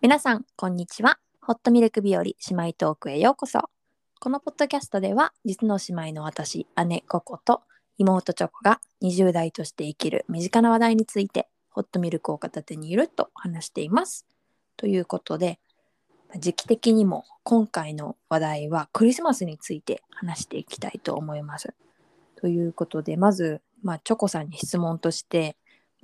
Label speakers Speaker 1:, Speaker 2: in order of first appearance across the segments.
Speaker 1: 皆さんこんにちはホットミルク日和姉妹トークへようこそこのポッドキャストでは実の姉妹の私姉ココと妹チョコが20代として生きる身近な話題についてホットミルクを片手にゆるっと話していますということで時期的にも今回の話題はクリスマスについて話していきたいと思いますということでまず、まあ、チョコさんに質問として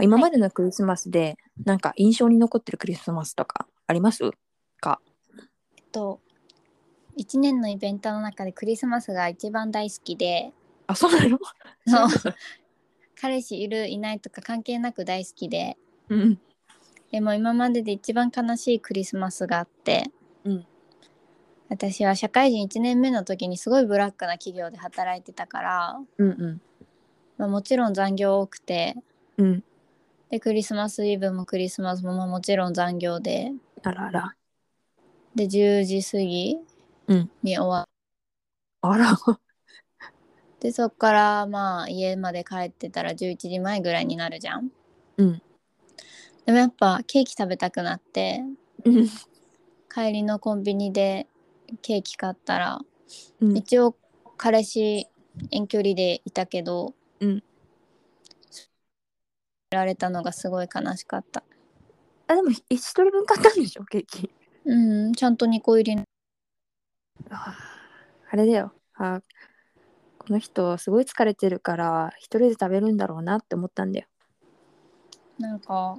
Speaker 1: 今までのクリスマスでなんか印象に残ってるクリスマスとかあります
Speaker 2: えっと1年のイベントの中でクリスマスが一番大好き で
Speaker 1: あそうなの
Speaker 2: そう彼氏いるいないとか関係なく大好きで
Speaker 1: うん
Speaker 2: でも今までで一番悲しいクリスマスがあって、
Speaker 1: うん
Speaker 2: 私は社会人1年目の時にすごいブラックな企業で働いてたから、
Speaker 1: うんうん
Speaker 2: まあ、もちろん残業多くて
Speaker 1: うん
Speaker 2: でクリスマスイブもクリスマスもまあもちろん残業で
Speaker 1: あらあら
Speaker 2: で10時過ぎ
Speaker 1: うん
Speaker 2: に終わっ
Speaker 1: あら
Speaker 2: でそっからまあ家まで帰ってたら11時前ぐらいになるじゃん
Speaker 1: うん
Speaker 2: でもやっぱケーキ食べたくなって
Speaker 1: うん
Speaker 2: 帰りのコンビニでケーキ買ったら、
Speaker 1: うん
Speaker 2: 一応彼氏遠距離でいたけど
Speaker 1: うん
Speaker 2: られたのがすごい悲しかった
Speaker 1: あでも一一人分買ったんでしょケーキ
Speaker 2: うんちゃんと2個入りの
Speaker 1: あーあれだよあーこの人すごい疲れてるから一人で食べるんだろうなって思ったんだよ、
Speaker 2: なんか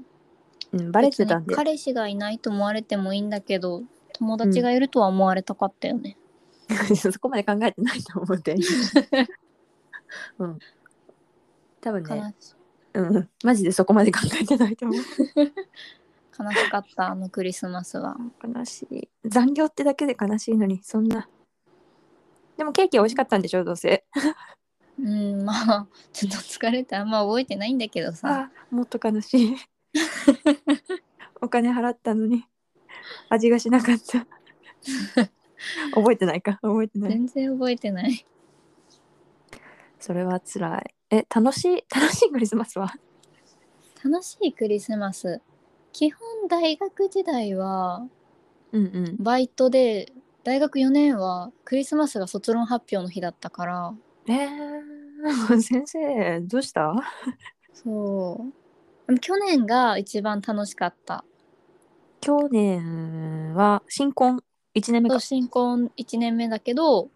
Speaker 1: うん、バレてたん
Speaker 2: 別に
Speaker 1: で
Speaker 2: 彼氏がいないと思われてもいいんだけど友達がいるとは思われたかったよね、
Speaker 1: そこまで考えてないと思うんだよね うん多分ね
Speaker 2: 悲し
Speaker 1: うんマジでそこまで考えてないと思う
Speaker 2: 悲しかったあのクリスマスは
Speaker 1: 悲しい残業ってだけで悲しいのにそんなでもケーキ美味しかったんでしょどうせ
Speaker 2: うんまあ ちょっと疲れてあんま覚えてないんだけどさ
Speaker 1: あもっと悲 しいお金払ったのに味がしなかった覚えてないか覚えてない
Speaker 2: 全然覚えてない
Speaker 1: それは辛いえ楽しい楽しいクリスマスは
Speaker 2: 楽しいクリスマス基本大学時代は
Speaker 1: うんうん
Speaker 2: バイトで大学4年はクリスマスが卒論発表の日だったから
Speaker 1: えー、先生どうした
Speaker 2: そうでも去年が一番楽しかった
Speaker 1: 去年は新婚1年目
Speaker 2: そ
Speaker 1: か
Speaker 2: う新婚1年目だけど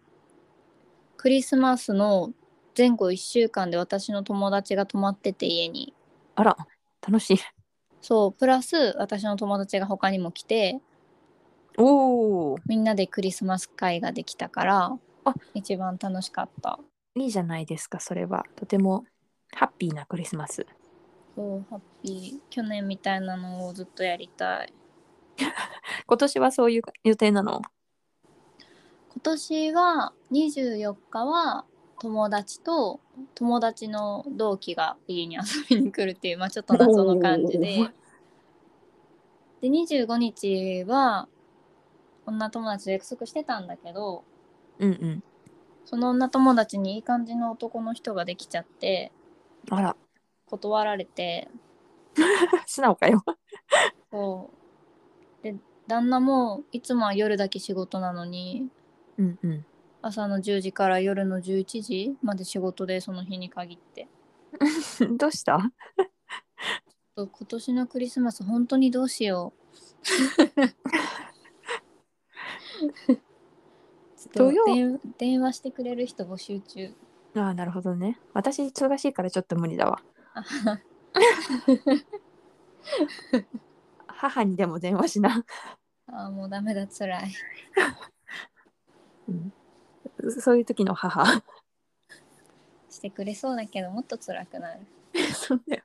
Speaker 2: クリスマスの前後1週間で私の友達が泊まってて家に
Speaker 1: あら楽しい
Speaker 2: そうプラス私の友達が他にも来て
Speaker 1: おお
Speaker 2: みんなでクリスマス会ができたから
Speaker 1: あ
Speaker 2: 一番楽しかった
Speaker 1: いいじゃないですかそれはとてもハッピーなクリスマス
Speaker 2: そうハッピー去年みたいなのをずっとやりたい
Speaker 1: 今年はそういう予定なの
Speaker 2: 今年は24日は友達と友達の同期が家に遊びに来るっていう、まあ、ちょっと謎の感じで
Speaker 1: おー
Speaker 2: で25日は女友達と約束してたんだけど
Speaker 1: うんうん
Speaker 2: その女友達にいい感じの男の人ができちゃって
Speaker 1: あら
Speaker 2: 断られて
Speaker 1: 素直かよ
Speaker 2: そうで旦那もいつもは夜だけ仕事なのに
Speaker 1: うんうん
Speaker 2: 朝の10時から夜の11時まで仕事でその日に限って
Speaker 1: どうした
Speaker 2: そう今年のクリスマス本当にどうしようちょっ
Speaker 1: 土曜
Speaker 2: と電電話してくれる人募集中
Speaker 1: ああなるほどね私忙しいからちょっと無理だわ
Speaker 2: あ
Speaker 1: 母にでも電話しな
Speaker 2: あーもうダメだ辛い
Speaker 1: そういう時の母
Speaker 2: してくれそうだけどもっと辛くなる
Speaker 1: そんだよ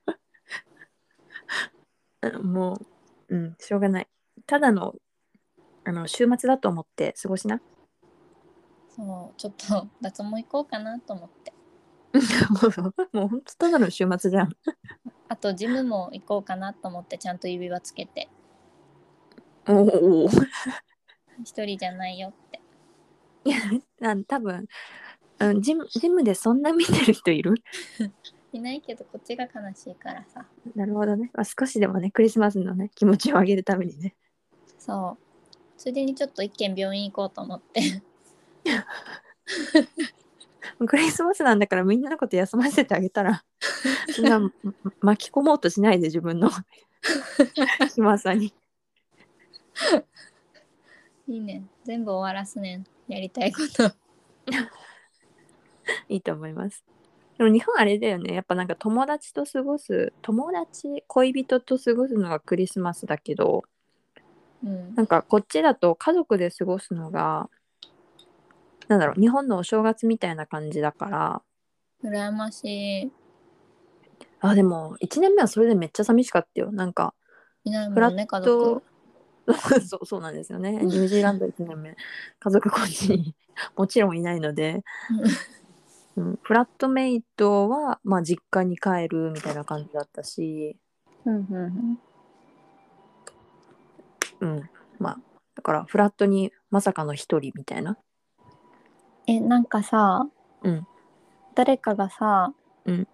Speaker 1: うん もううんしょうがないただのあの週末だと思って過ごしな
Speaker 2: そうちょっと 脱毛行こうかなと思って
Speaker 1: もうもうほんとただの週末じゃん
Speaker 2: あとジムも行こうかなと思ってちゃんと指輪つけて
Speaker 1: おおお
Speaker 2: 一人じゃないよって
Speaker 1: いやな多分、うん、ジムジムでそんな見てる人いる
Speaker 2: いないけどこっちが悲しいからさ
Speaker 1: なるほどね、まあ、少しでもねクリスマスのね気持ちを上げるためにね
Speaker 2: そうついでにちょっと一軒病院行こうと思って
Speaker 1: クリスマスなんだからみんなのこと休ませてあげた らそんなま巻き込もうとしないで自 分の暇さに
Speaker 2: いいね全部終わらすねんやりたいこと
Speaker 1: いいと思いますでも日本あれだよねやっぱなんか友達と過ごす友達恋人と過ごすのがクリスマスだけど
Speaker 2: うん
Speaker 1: なんかこっちだと家族で過ごすのがなんだろう日本のお正月みたいな感じだから
Speaker 2: 羨ましい
Speaker 1: あでも1年目はそれでめっちゃ寂しかったよなんか
Speaker 2: いない
Speaker 1: フ
Speaker 2: も
Speaker 1: ラ
Speaker 2: んね家
Speaker 1: ッ
Speaker 2: 族
Speaker 1: トそうそうなんですよねニュージーランド1年目家族こっちにもちろんいないので、うん、フラットメイトは、まあ、実家に帰るみたいな感じだったし、
Speaker 2: うんうんうん
Speaker 1: うん、まあだからフラットにまさかの一人みたいな
Speaker 2: えなんかさ、
Speaker 1: うん
Speaker 2: 誰かがさ、
Speaker 1: うん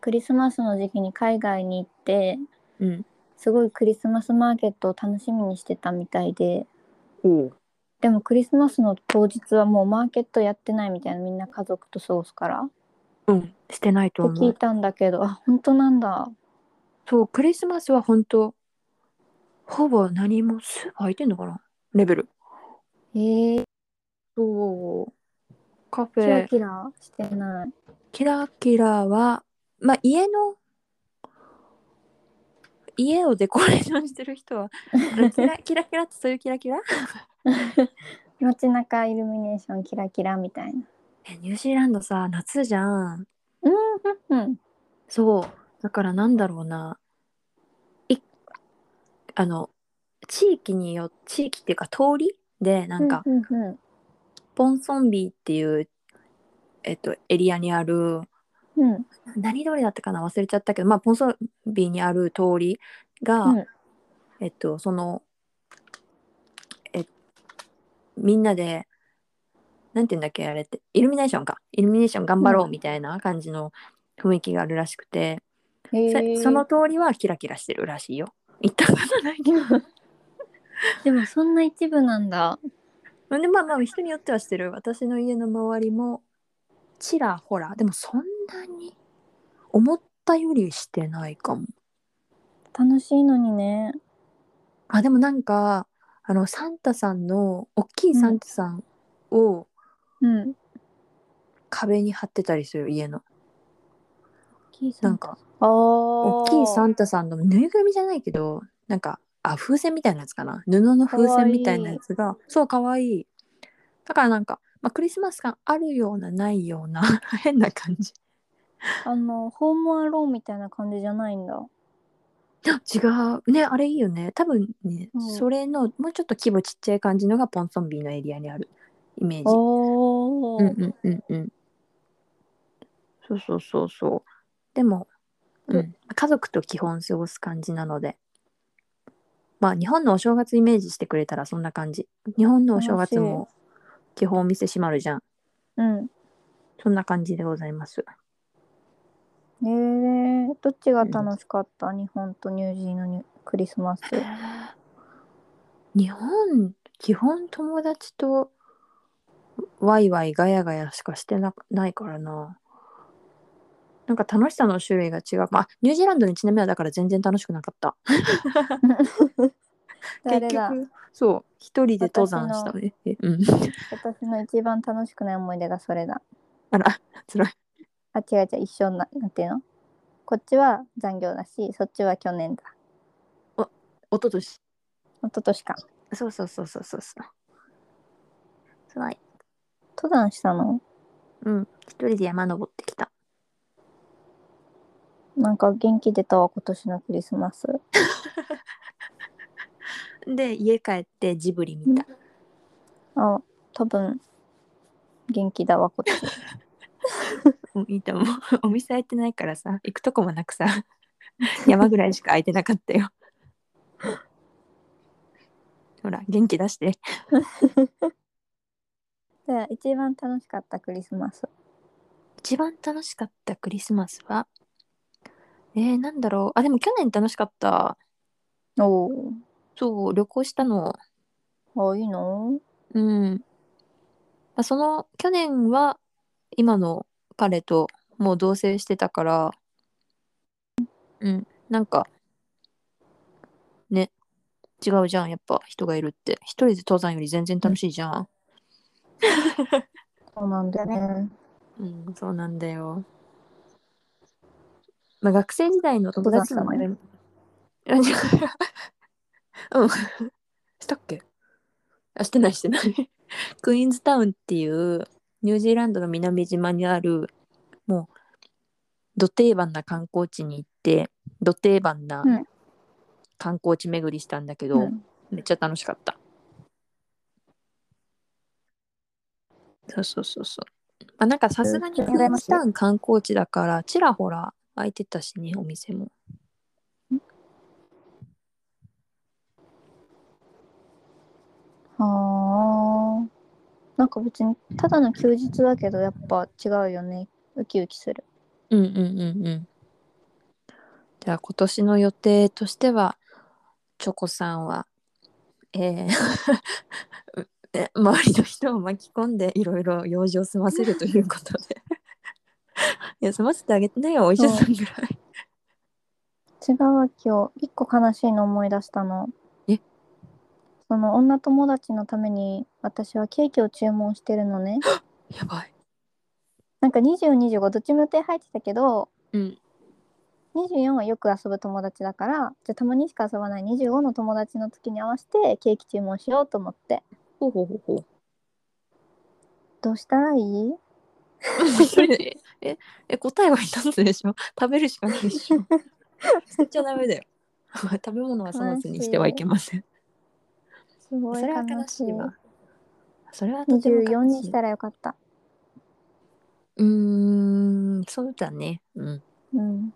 Speaker 2: クリスマスの時期に海外に行って
Speaker 1: うん
Speaker 2: すごいクリスマスマーケットを楽しみにしてたみたいで
Speaker 1: おう
Speaker 2: でもクリスマスの当日はもうマーケットやってないみたいなみんな家族と過ごすからっ
Speaker 1: うんしてない
Speaker 2: て
Speaker 1: と思
Speaker 2: 聞
Speaker 1: う
Speaker 2: いたんだけどあ本当なんだ
Speaker 1: そうクリスマスは本当ほぼ何もスーパー開いてんのかなレベル
Speaker 2: えー、
Speaker 1: そうカフ
Speaker 2: キ
Speaker 1: ェ
Speaker 2: ラキラしてない
Speaker 1: キラキラは、まあ、家の家をデコレーションしてる人 はキラキラキラってそういうキラキラ
Speaker 2: 街中イルミネーションキラキラみたいな
Speaker 1: えニュージーランドさ夏じゃん
Speaker 2: うんうん
Speaker 1: そうだからなんだろうないあの地域によ地域っていうか通りでなんか、
Speaker 2: うんうんうん
Speaker 1: ポンソンビーっていう、えっと、エリアにある
Speaker 2: うん
Speaker 1: 何通りだったかな忘れちゃったけど、まあ、ポンソンビーにある通りが、
Speaker 2: うん
Speaker 1: えっとそのえみんなでなんて言うんだっけあれってイルミネーションかイルミネーション頑張ろうみたいな感じの雰囲気があるらしくて、
Speaker 2: へ
Speaker 1: そ
Speaker 2: ー
Speaker 1: その通りはキラキラしてるらしいよ行ったことないけど
Speaker 2: でもそんな一部なんだ。
Speaker 1: でまあまあ人によってはしてる私の家の周りもちらほらでもそんなに思ったよりしてないかも
Speaker 2: 楽しいのにね。
Speaker 1: あでもなんかあのサンタさんの大きいサンタさんを
Speaker 2: うん。
Speaker 1: 壁に貼ってたりする家のなんか
Speaker 2: ああ。
Speaker 1: 大きいサ
Speaker 2: ん。
Speaker 1: ンタさんのぬいぐるみじゃないけどなんかあ風船みたいなやつかな布の風船みたいなやつがそうかわいいだからなんか、まあ、クリスマス感あるような ないような変な感じ
Speaker 2: あのホームアローンみたいな感じじゃないんだ。
Speaker 1: あ違うねあれいいよね多分ね、
Speaker 2: うん
Speaker 1: それのもうちょっと規模ちっちゃい感じのがポンソンビーのエリアにあるイメージ
Speaker 2: お
Speaker 1: うんうんうんうん。そうそうそうそう。でも、うん
Speaker 2: う
Speaker 1: 家族と基本過ごす感じなので。まあ日本のお正月イメージしてくれたらそんな感じ。日本のお正月も基本お店閉まるじゃん。
Speaker 2: うん。
Speaker 1: そんな感じでございます。
Speaker 2: ええどっちが楽しかった、日本とニュージーのニュクリスマス。
Speaker 1: 日本基本友達とワイワイガヤガヤしかしてなないからな。なんか楽しさの種類が違う。まあ、ニュージーランドの1年目はだから全然楽しくなかった。
Speaker 2: 誰だ
Speaker 1: 結局そう一人で登山したね。えうん。
Speaker 2: 私の一番楽しくない思い出がそれだ。
Speaker 1: あら辛い。
Speaker 2: あ違う違う一緒にななんていうのこっちは残業だしそっちは去年だ。
Speaker 1: 一昨年。
Speaker 2: 一昨年か。
Speaker 1: そうそうそうそうそうそう。辛い。
Speaker 2: 登山したの
Speaker 1: うん。一人で山登ってきた。
Speaker 2: なんか元気出たわ今年のクリスマス。
Speaker 1: で家帰ってジブリ見た。
Speaker 2: あ多分元気だわこっち。
Speaker 1: うん、いいと思う。 お店開いてないからさ行くとこもなくさ山ぐらいしか空いてなかったよ。 ほら元気出して。
Speaker 2: じ ゃあ一番楽しかったクリスマス。
Speaker 1: 一番楽しかったクリスマスはえー、なんだろうあでも去年楽しかった
Speaker 2: おお。
Speaker 1: そう旅行したの
Speaker 2: あいいの
Speaker 1: うん。まあ、その去年は今の彼ともう同棲してたから、うん、なんか、ね、違うじゃん、やっぱ人がいるって。一人で登山より全然楽しいじゃん。
Speaker 2: そうなんだよね。
Speaker 1: うん、そうなんだよ。まあ、学生時代の友達とかもいる。いや違ううん。したっけあ、してないしてない。 クイーンズタウンっていうニュージーランドの南島にあるもうど定番な観光地に行ってど定番な
Speaker 2: うん
Speaker 1: 観光地巡りしたんだけど、
Speaker 2: うん
Speaker 1: めっちゃ楽しかった。そうそうそうそう。まあなんかさすがに
Speaker 2: うん
Speaker 1: クイーンズタウン観光地だからちらほら空いてたしねお店も。
Speaker 2: はあ。なんか別にただの休日だけどやっぱ違うよね。ウキウキする。
Speaker 1: うんうんうんうん。じゃあ今年の予定としてはチョコさんは、えー え周りの人を巻き込んでいろいろ用事を済ませるということで。 いや済ませてあげてないよお医者さんぐらい。
Speaker 2: 違うわ今日一個悲しいの思い出したの。
Speaker 1: え
Speaker 2: その女友達のために私はケーキを注文してるのね。
Speaker 1: やばい。
Speaker 2: なんか2025どっちも予定入ってたけど
Speaker 1: うん
Speaker 2: 24はよく遊ぶ友達だからじゃあたまにしか遊ばない25の友達の時に合わせてケーキ注文しようと思って
Speaker 1: ほうほうほうほう。
Speaker 2: どうしたらいい
Speaker 1: ええ答えは一つでしょ 食べるしかないでしょ 捨てちゃダメだよ 食べ物は粗末にしてはいけません
Speaker 2: すごい
Speaker 1: それは
Speaker 2: 悲
Speaker 1: 悲
Speaker 2: し
Speaker 1: し
Speaker 2: い
Speaker 1: いわそれはとても悲しい
Speaker 2: 24にしたらよかった
Speaker 1: うーんそうだねうん
Speaker 2: うん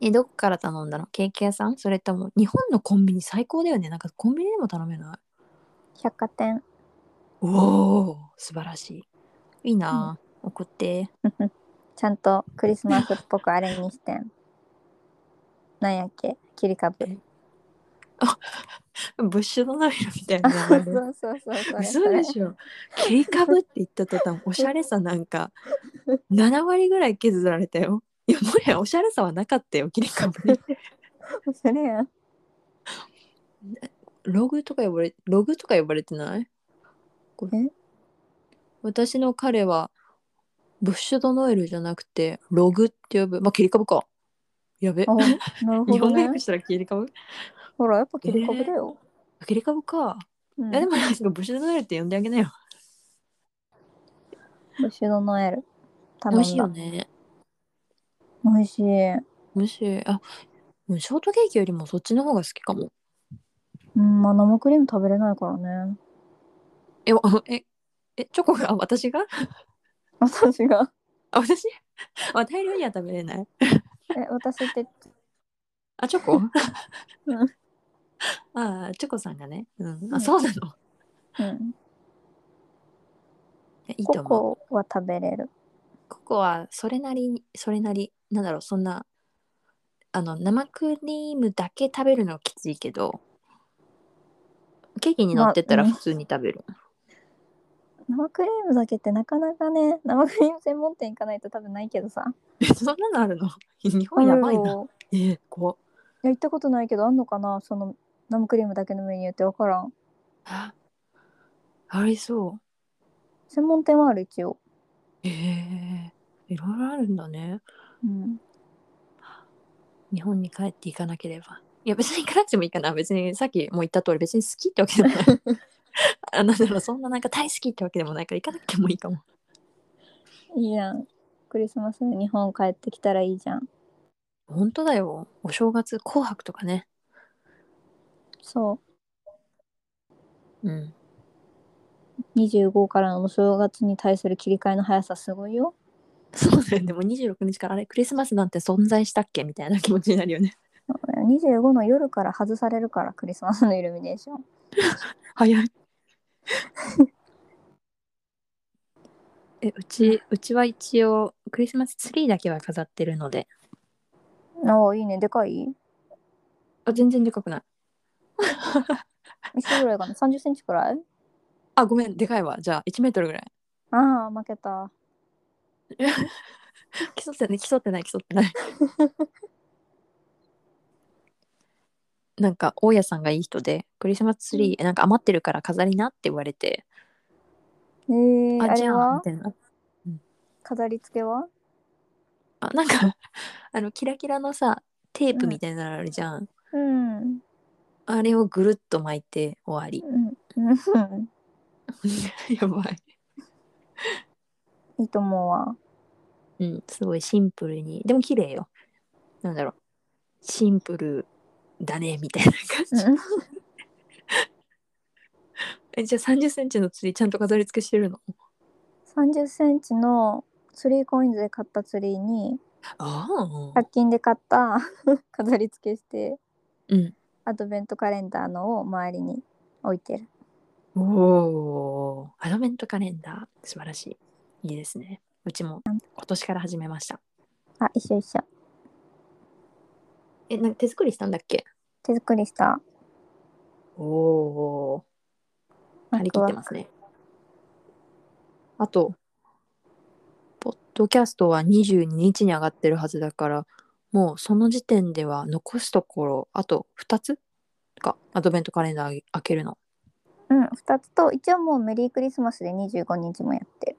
Speaker 1: えどこから頼んだのケーキ屋さんそれとも日本のコンビニ最高だよねなんかコンビニでも頼めない
Speaker 2: 百貨店
Speaker 1: おお素晴らしいいいな、送って
Speaker 2: ちゃんとクリスマスっぽくあれにしてんなんやっけ切り株
Speaker 1: えブッシュドナイルみたいな
Speaker 2: あ
Speaker 1: 名
Speaker 2: そ
Speaker 1: 前
Speaker 2: う
Speaker 1: で
Speaker 2: そうそうそうそ
Speaker 1: 嘘
Speaker 2: れ
Speaker 1: でしょ切り株って言った途端おしゃれさなん か7割ぐらい削られたよいやもはやおしゃれさはなかったよ切り株に
Speaker 2: それやん
Speaker 1: ログとか呼ばれログとか呼ばれてないこ
Speaker 2: え
Speaker 1: 私の彼はブッシュドノエルじゃなくてログって呼ぶまあ切り株かやべ
Speaker 2: おなるほ
Speaker 1: 日本
Speaker 2: ど
Speaker 1: 語
Speaker 2: ね
Speaker 1: 訳したら切り株
Speaker 2: ほらやっぱ切り株だよ、
Speaker 1: 切り株か、
Speaker 2: うん
Speaker 1: いやでもなんかブッシュドノエルって呼んであげなよ
Speaker 2: ブッシュドノエル
Speaker 1: 美
Speaker 2: 頼
Speaker 1: 味し
Speaker 2: ん
Speaker 1: いよ
Speaker 2: だ
Speaker 1: ね
Speaker 2: 美味しい
Speaker 1: 美味しいあうんショートケーキよりもそっちの方が好きかも
Speaker 2: うんまあ生クリーム食べれないからね
Speaker 1: え、わえ、え、チョコがあ私が
Speaker 2: 私が
Speaker 1: あ私 あ大量には食べれない。
Speaker 2: え私って
Speaker 1: あ、チョコ
Speaker 2: うん
Speaker 1: あ、チョコさんがね。うん。
Speaker 2: う
Speaker 1: あ、
Speaker 2: ん
Speaker 1: そうなの。
Speaker 2: うん
Speaker 1: えいいと
Speaker 2: コ
Speaker 1: 思う。
Speaker 2: コは食べれる
Speaker 1: ココはそれなりに、それなり、なんだろう、そんな、あの、生クリームだけ食べるのはきついけど、ケーキに乗ってたら
Speaker 2: まあうん
Speaker 1: 普通に食べる。
Speaker 2: 生クリームだけってなかなかね生クリーム専門店行かないと多分ないけどさ
Speaker 1: え、そんなのあるの 日本やばい
Speaker 2: ある
Speaker 1: な。
Speaker 2: よ
Speaker 1: えー、怖っ
Speaker 2: いや行ったことないけどあんのかなその生クリームだけのメニューって分からん
Speaker 1: あありそう。
Speaker 2: 専門店はある一応
Speaker 1: ええいろいろあるんだね。
Speaker 2: うん
Speaker 1: 日本に帰っていかなければ。いや別に行かなくてもいいかな。別にさっきも言った通り別に好きってわけ でもない。あなんだろうそんななんか大好きってわけでもないから行かなくてもいいかも。
Speaker 2: いいじゃんクリスマスに日本帰ってきたらいいじゃん
Speaker 1: 本当だよ。お正月紅白とかね。
Speaker 2: そ
Speaker 1: うん。
Speaker 2: う25からのお正月に対する切り替えの速さすごいよ
Speaker 1: そうだよね。でもう26日からあれクリスマスなんて存在したっけみたいな気持ちになるよね。
Speaker 2: そうだよ25の夜から外されるからクリスマスのイルミネーション
Speaker 1: 早い。 えうちうちは一応クリスマスツリーだけは飾ってるので
Speaker 2: ああいいねでかい
Speaker 1: あ全然でかくない
Speaker 2: 一緒ぐらいかな30センチくらい
Speaker 1: あごめんでかいわじゃあ1メートルぐらい
Speaker 2: ああ負けた
Speaker 1: 競ってない競ってない競ってないなんか大家さんがいい人でクリスマスツリーなんか余ってるから飾りなって言われて、
Speaker 2: えー、あ
Speaker 1: あじ
Speaker 2: れ
Speaker 1: ゃあ
Speaker 2: は
Speaker 1: みたいな
Speaker 2: 飾り付けは
Speaker 1: あなんか あのキラキラのさテープみたいなのあるじゃん、
Speaker 2: うんうん
Speaker 1: あれをぐるっと巻いて終わり
Speaker 2: うん
Speaker 1: やばい
Speaker 2: いいと思うわ
Speaker 1: うんすごいシンプルにでも綺麗よなんだろうシンプルだねみたいな感じ、
Speaker 2: うん
Speaker 1: えじゃあ3 0ンチのツリーちゃんと飾り付けしてるの
Speaker 2: 30センチのスリーコインズで買ったツリーに
Speaker 1: ああ
Speaker 2: 100均で買った 飾り付けして
Speaker 1: うん
Speaker 2: アドベントカレンダーのを周りに置いてる
Speaker 1: おおーアドベントカレンダー素晴らしいいいですねうちも今年から始めました
Speaker 2: あ一緒一緒
Speaker 1: えなんか手作りしたんだっけ
Speaker 2: 手作りした
Speaker 1: おお張り切ってますねあとポッドキャストは22日に上がってるはずだからもうその時点では残すところあと2つかアドベントカレンダー開けるの
Speaker 2: うん2つと一応もうメリークリスマスで25日もやってる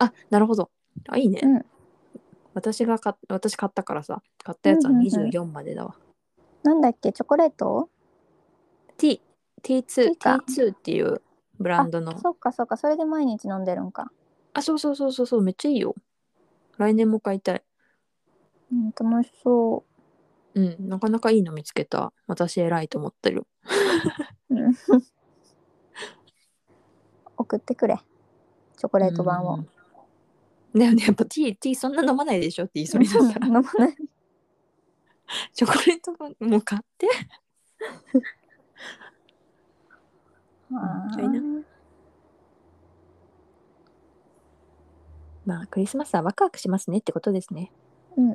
Speaker 1: あなるほどあいいね、
Speaker 2: うん
Speaker 1: 私が買っ私買ったからさ買ったやつは
Speaker 2: うんうんうん
Speaker 1: 24までだわ、
Speaker 2: なんだっけチョコレート
Speaker 1: T T2
Speaker 2: T か
Speaker 1: T2 っていうブランドのあ
Speaker 2: あそっかそっかそれで毎日飲んでるんか
Speaker 1: そうそうそうそうそうめっちゃいいよ来年も買いたい
Speaker 2: うん楽しそ
Speaker 1: うんなかなかいいの見つけた私偉いと思ってる
Speaker 2: ううん送ってくれチョコレート版を
Speaker 1: うんだよねやっぱ T, T そんな飲まないでしょって言いそうになった
Speaker 2: うん 飲まない
Speaker 1: チョコレート版もう買って
Speaker 2: あ
Speaker 1: ちょいな
Speaker 2: ー
Speaker 1: まあクリスマスはワクワクしますねってことですね
Speaker 2: うん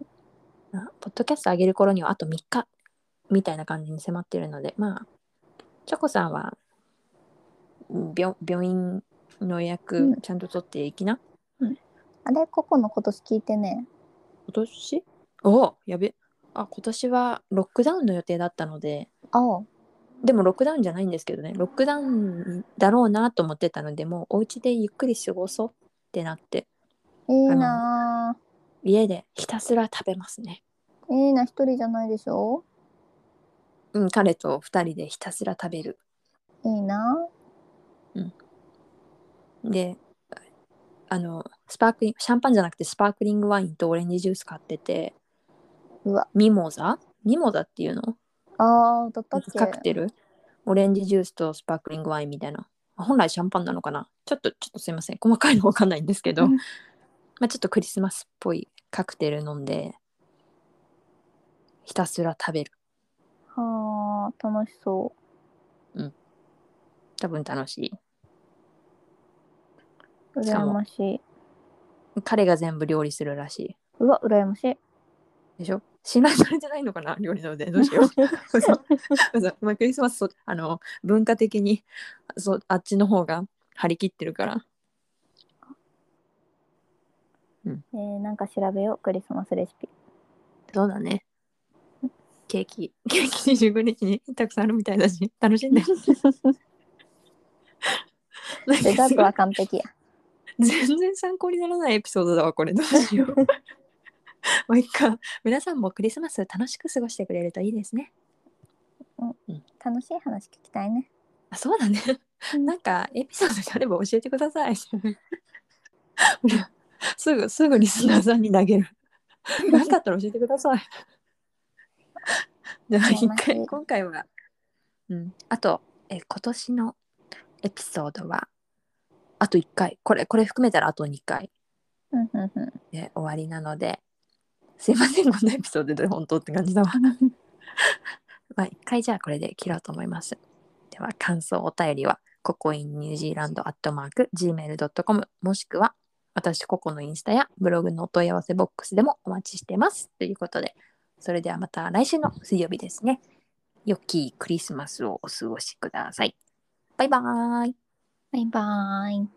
Speaker 1: あポッドキャスト上げる頃にはあと3日みたいな感じに迫ってるのでまあチョコさんはうん病病院の予
Speaker 2: う
Speaker 1: 約
Speaker 2: ん
Speaker 1: ちゃんと取っていきな、
Speaker 2: あれここの今年聞いてね
Speaker 1: 今年おおやべあ今年はロックダウンの予定だったので
Speaker 2: 青
Speaker 1: でもロックダウンじゃないんですけどねロックダウンだろうなと思ってたのでもうお家でゆっくり過ごそうってなって
Speaker 2: いいな
Speaker 1: 家でひたすら食べますね
Speaker 2: ーいいな一人じゃないでしょ
Speaker 1: うん彼と2人でひたすら食べる
Speaker 2: いいな
Speaker 1: であのスパークリンシャンパンじゃなくてスパークリングワインとオレンジジュース買ってて
Speaker 2: うわ
Speaker 1: ミモザミモザっていうの
Speaker 2: あーだったっけ
Speaker 1: カクテルオレンジジュースとスパークリングワインみたいなあ本来シャンパンなのかなちょっとちょっとすいません細かいのわかんないんですけど、
Speaker 2: うん
Speaker 1: まあちょっとクリスマスっぽいカクテル飲んでひたすら食べる
Speaker 2: はあ楽しそ
Speaker 1: 多分楽し
Speaker 2: う
Speaker 1: しか
Speaker 2: 羨
Speaker 1: も
Speaker 2: ましい
Speaker 1: い彼が全部料理するらし
Speaker 2: うわ羨ま しい
Speaker 1: いでしょ信頼されてないのかな料理なのでどうしよ う嘘嘘まあクリスマスそあの文化的にそあっちの方が張り切ってるから
Speaker 2: えー、なんか調べようクリスマスレ シピ
Speaker 1: そうだね。ケーキ、ケーキ25日にたくさんあるみたいだし、楽しんで。 なん
Speaker 2: デザ
Speaker 1: か
Speaker 2: ー
Speaker 1: す
Speaker 2: ト
Speaker 1: ごい
Speaker 2: は完璧や
Speaker 1: 全然参考にならないエピソードだわ、これ。どうし よう。まあ、いっか。皆さんもクリスマス楽しく過ごしてくれるといいですね。
Speaker 2: 楽しい話聞きたいね
Speaker 1: あ、そうだね。なんか、エピソードがあれば教えてください。ほらすぐ、すぐリスナーさんに投げる。何かあったら教えてください。じゃあ、一回、今回は。うん。あと、え、今年のエピソードは、あと1回。これ、これ含めたらあと2回
Speaker 2: うんうんうん
Speaker 1: で終わりなので、すいません、こんなエピソードで本当って感じだわ。まあ、一回じゃあこれで切ろうと思います。では、感想、お便りは、ココインニュージーランドアットマーク Gmail.com もしくは、私ココのインスタやブログのお問い合わせボックスでもお待ちしてます。ということで、それではまた来週の水曜日ですね。良きクリスマスをお過ごしください。バイバーイ。
Speaker 2: バイバーイ。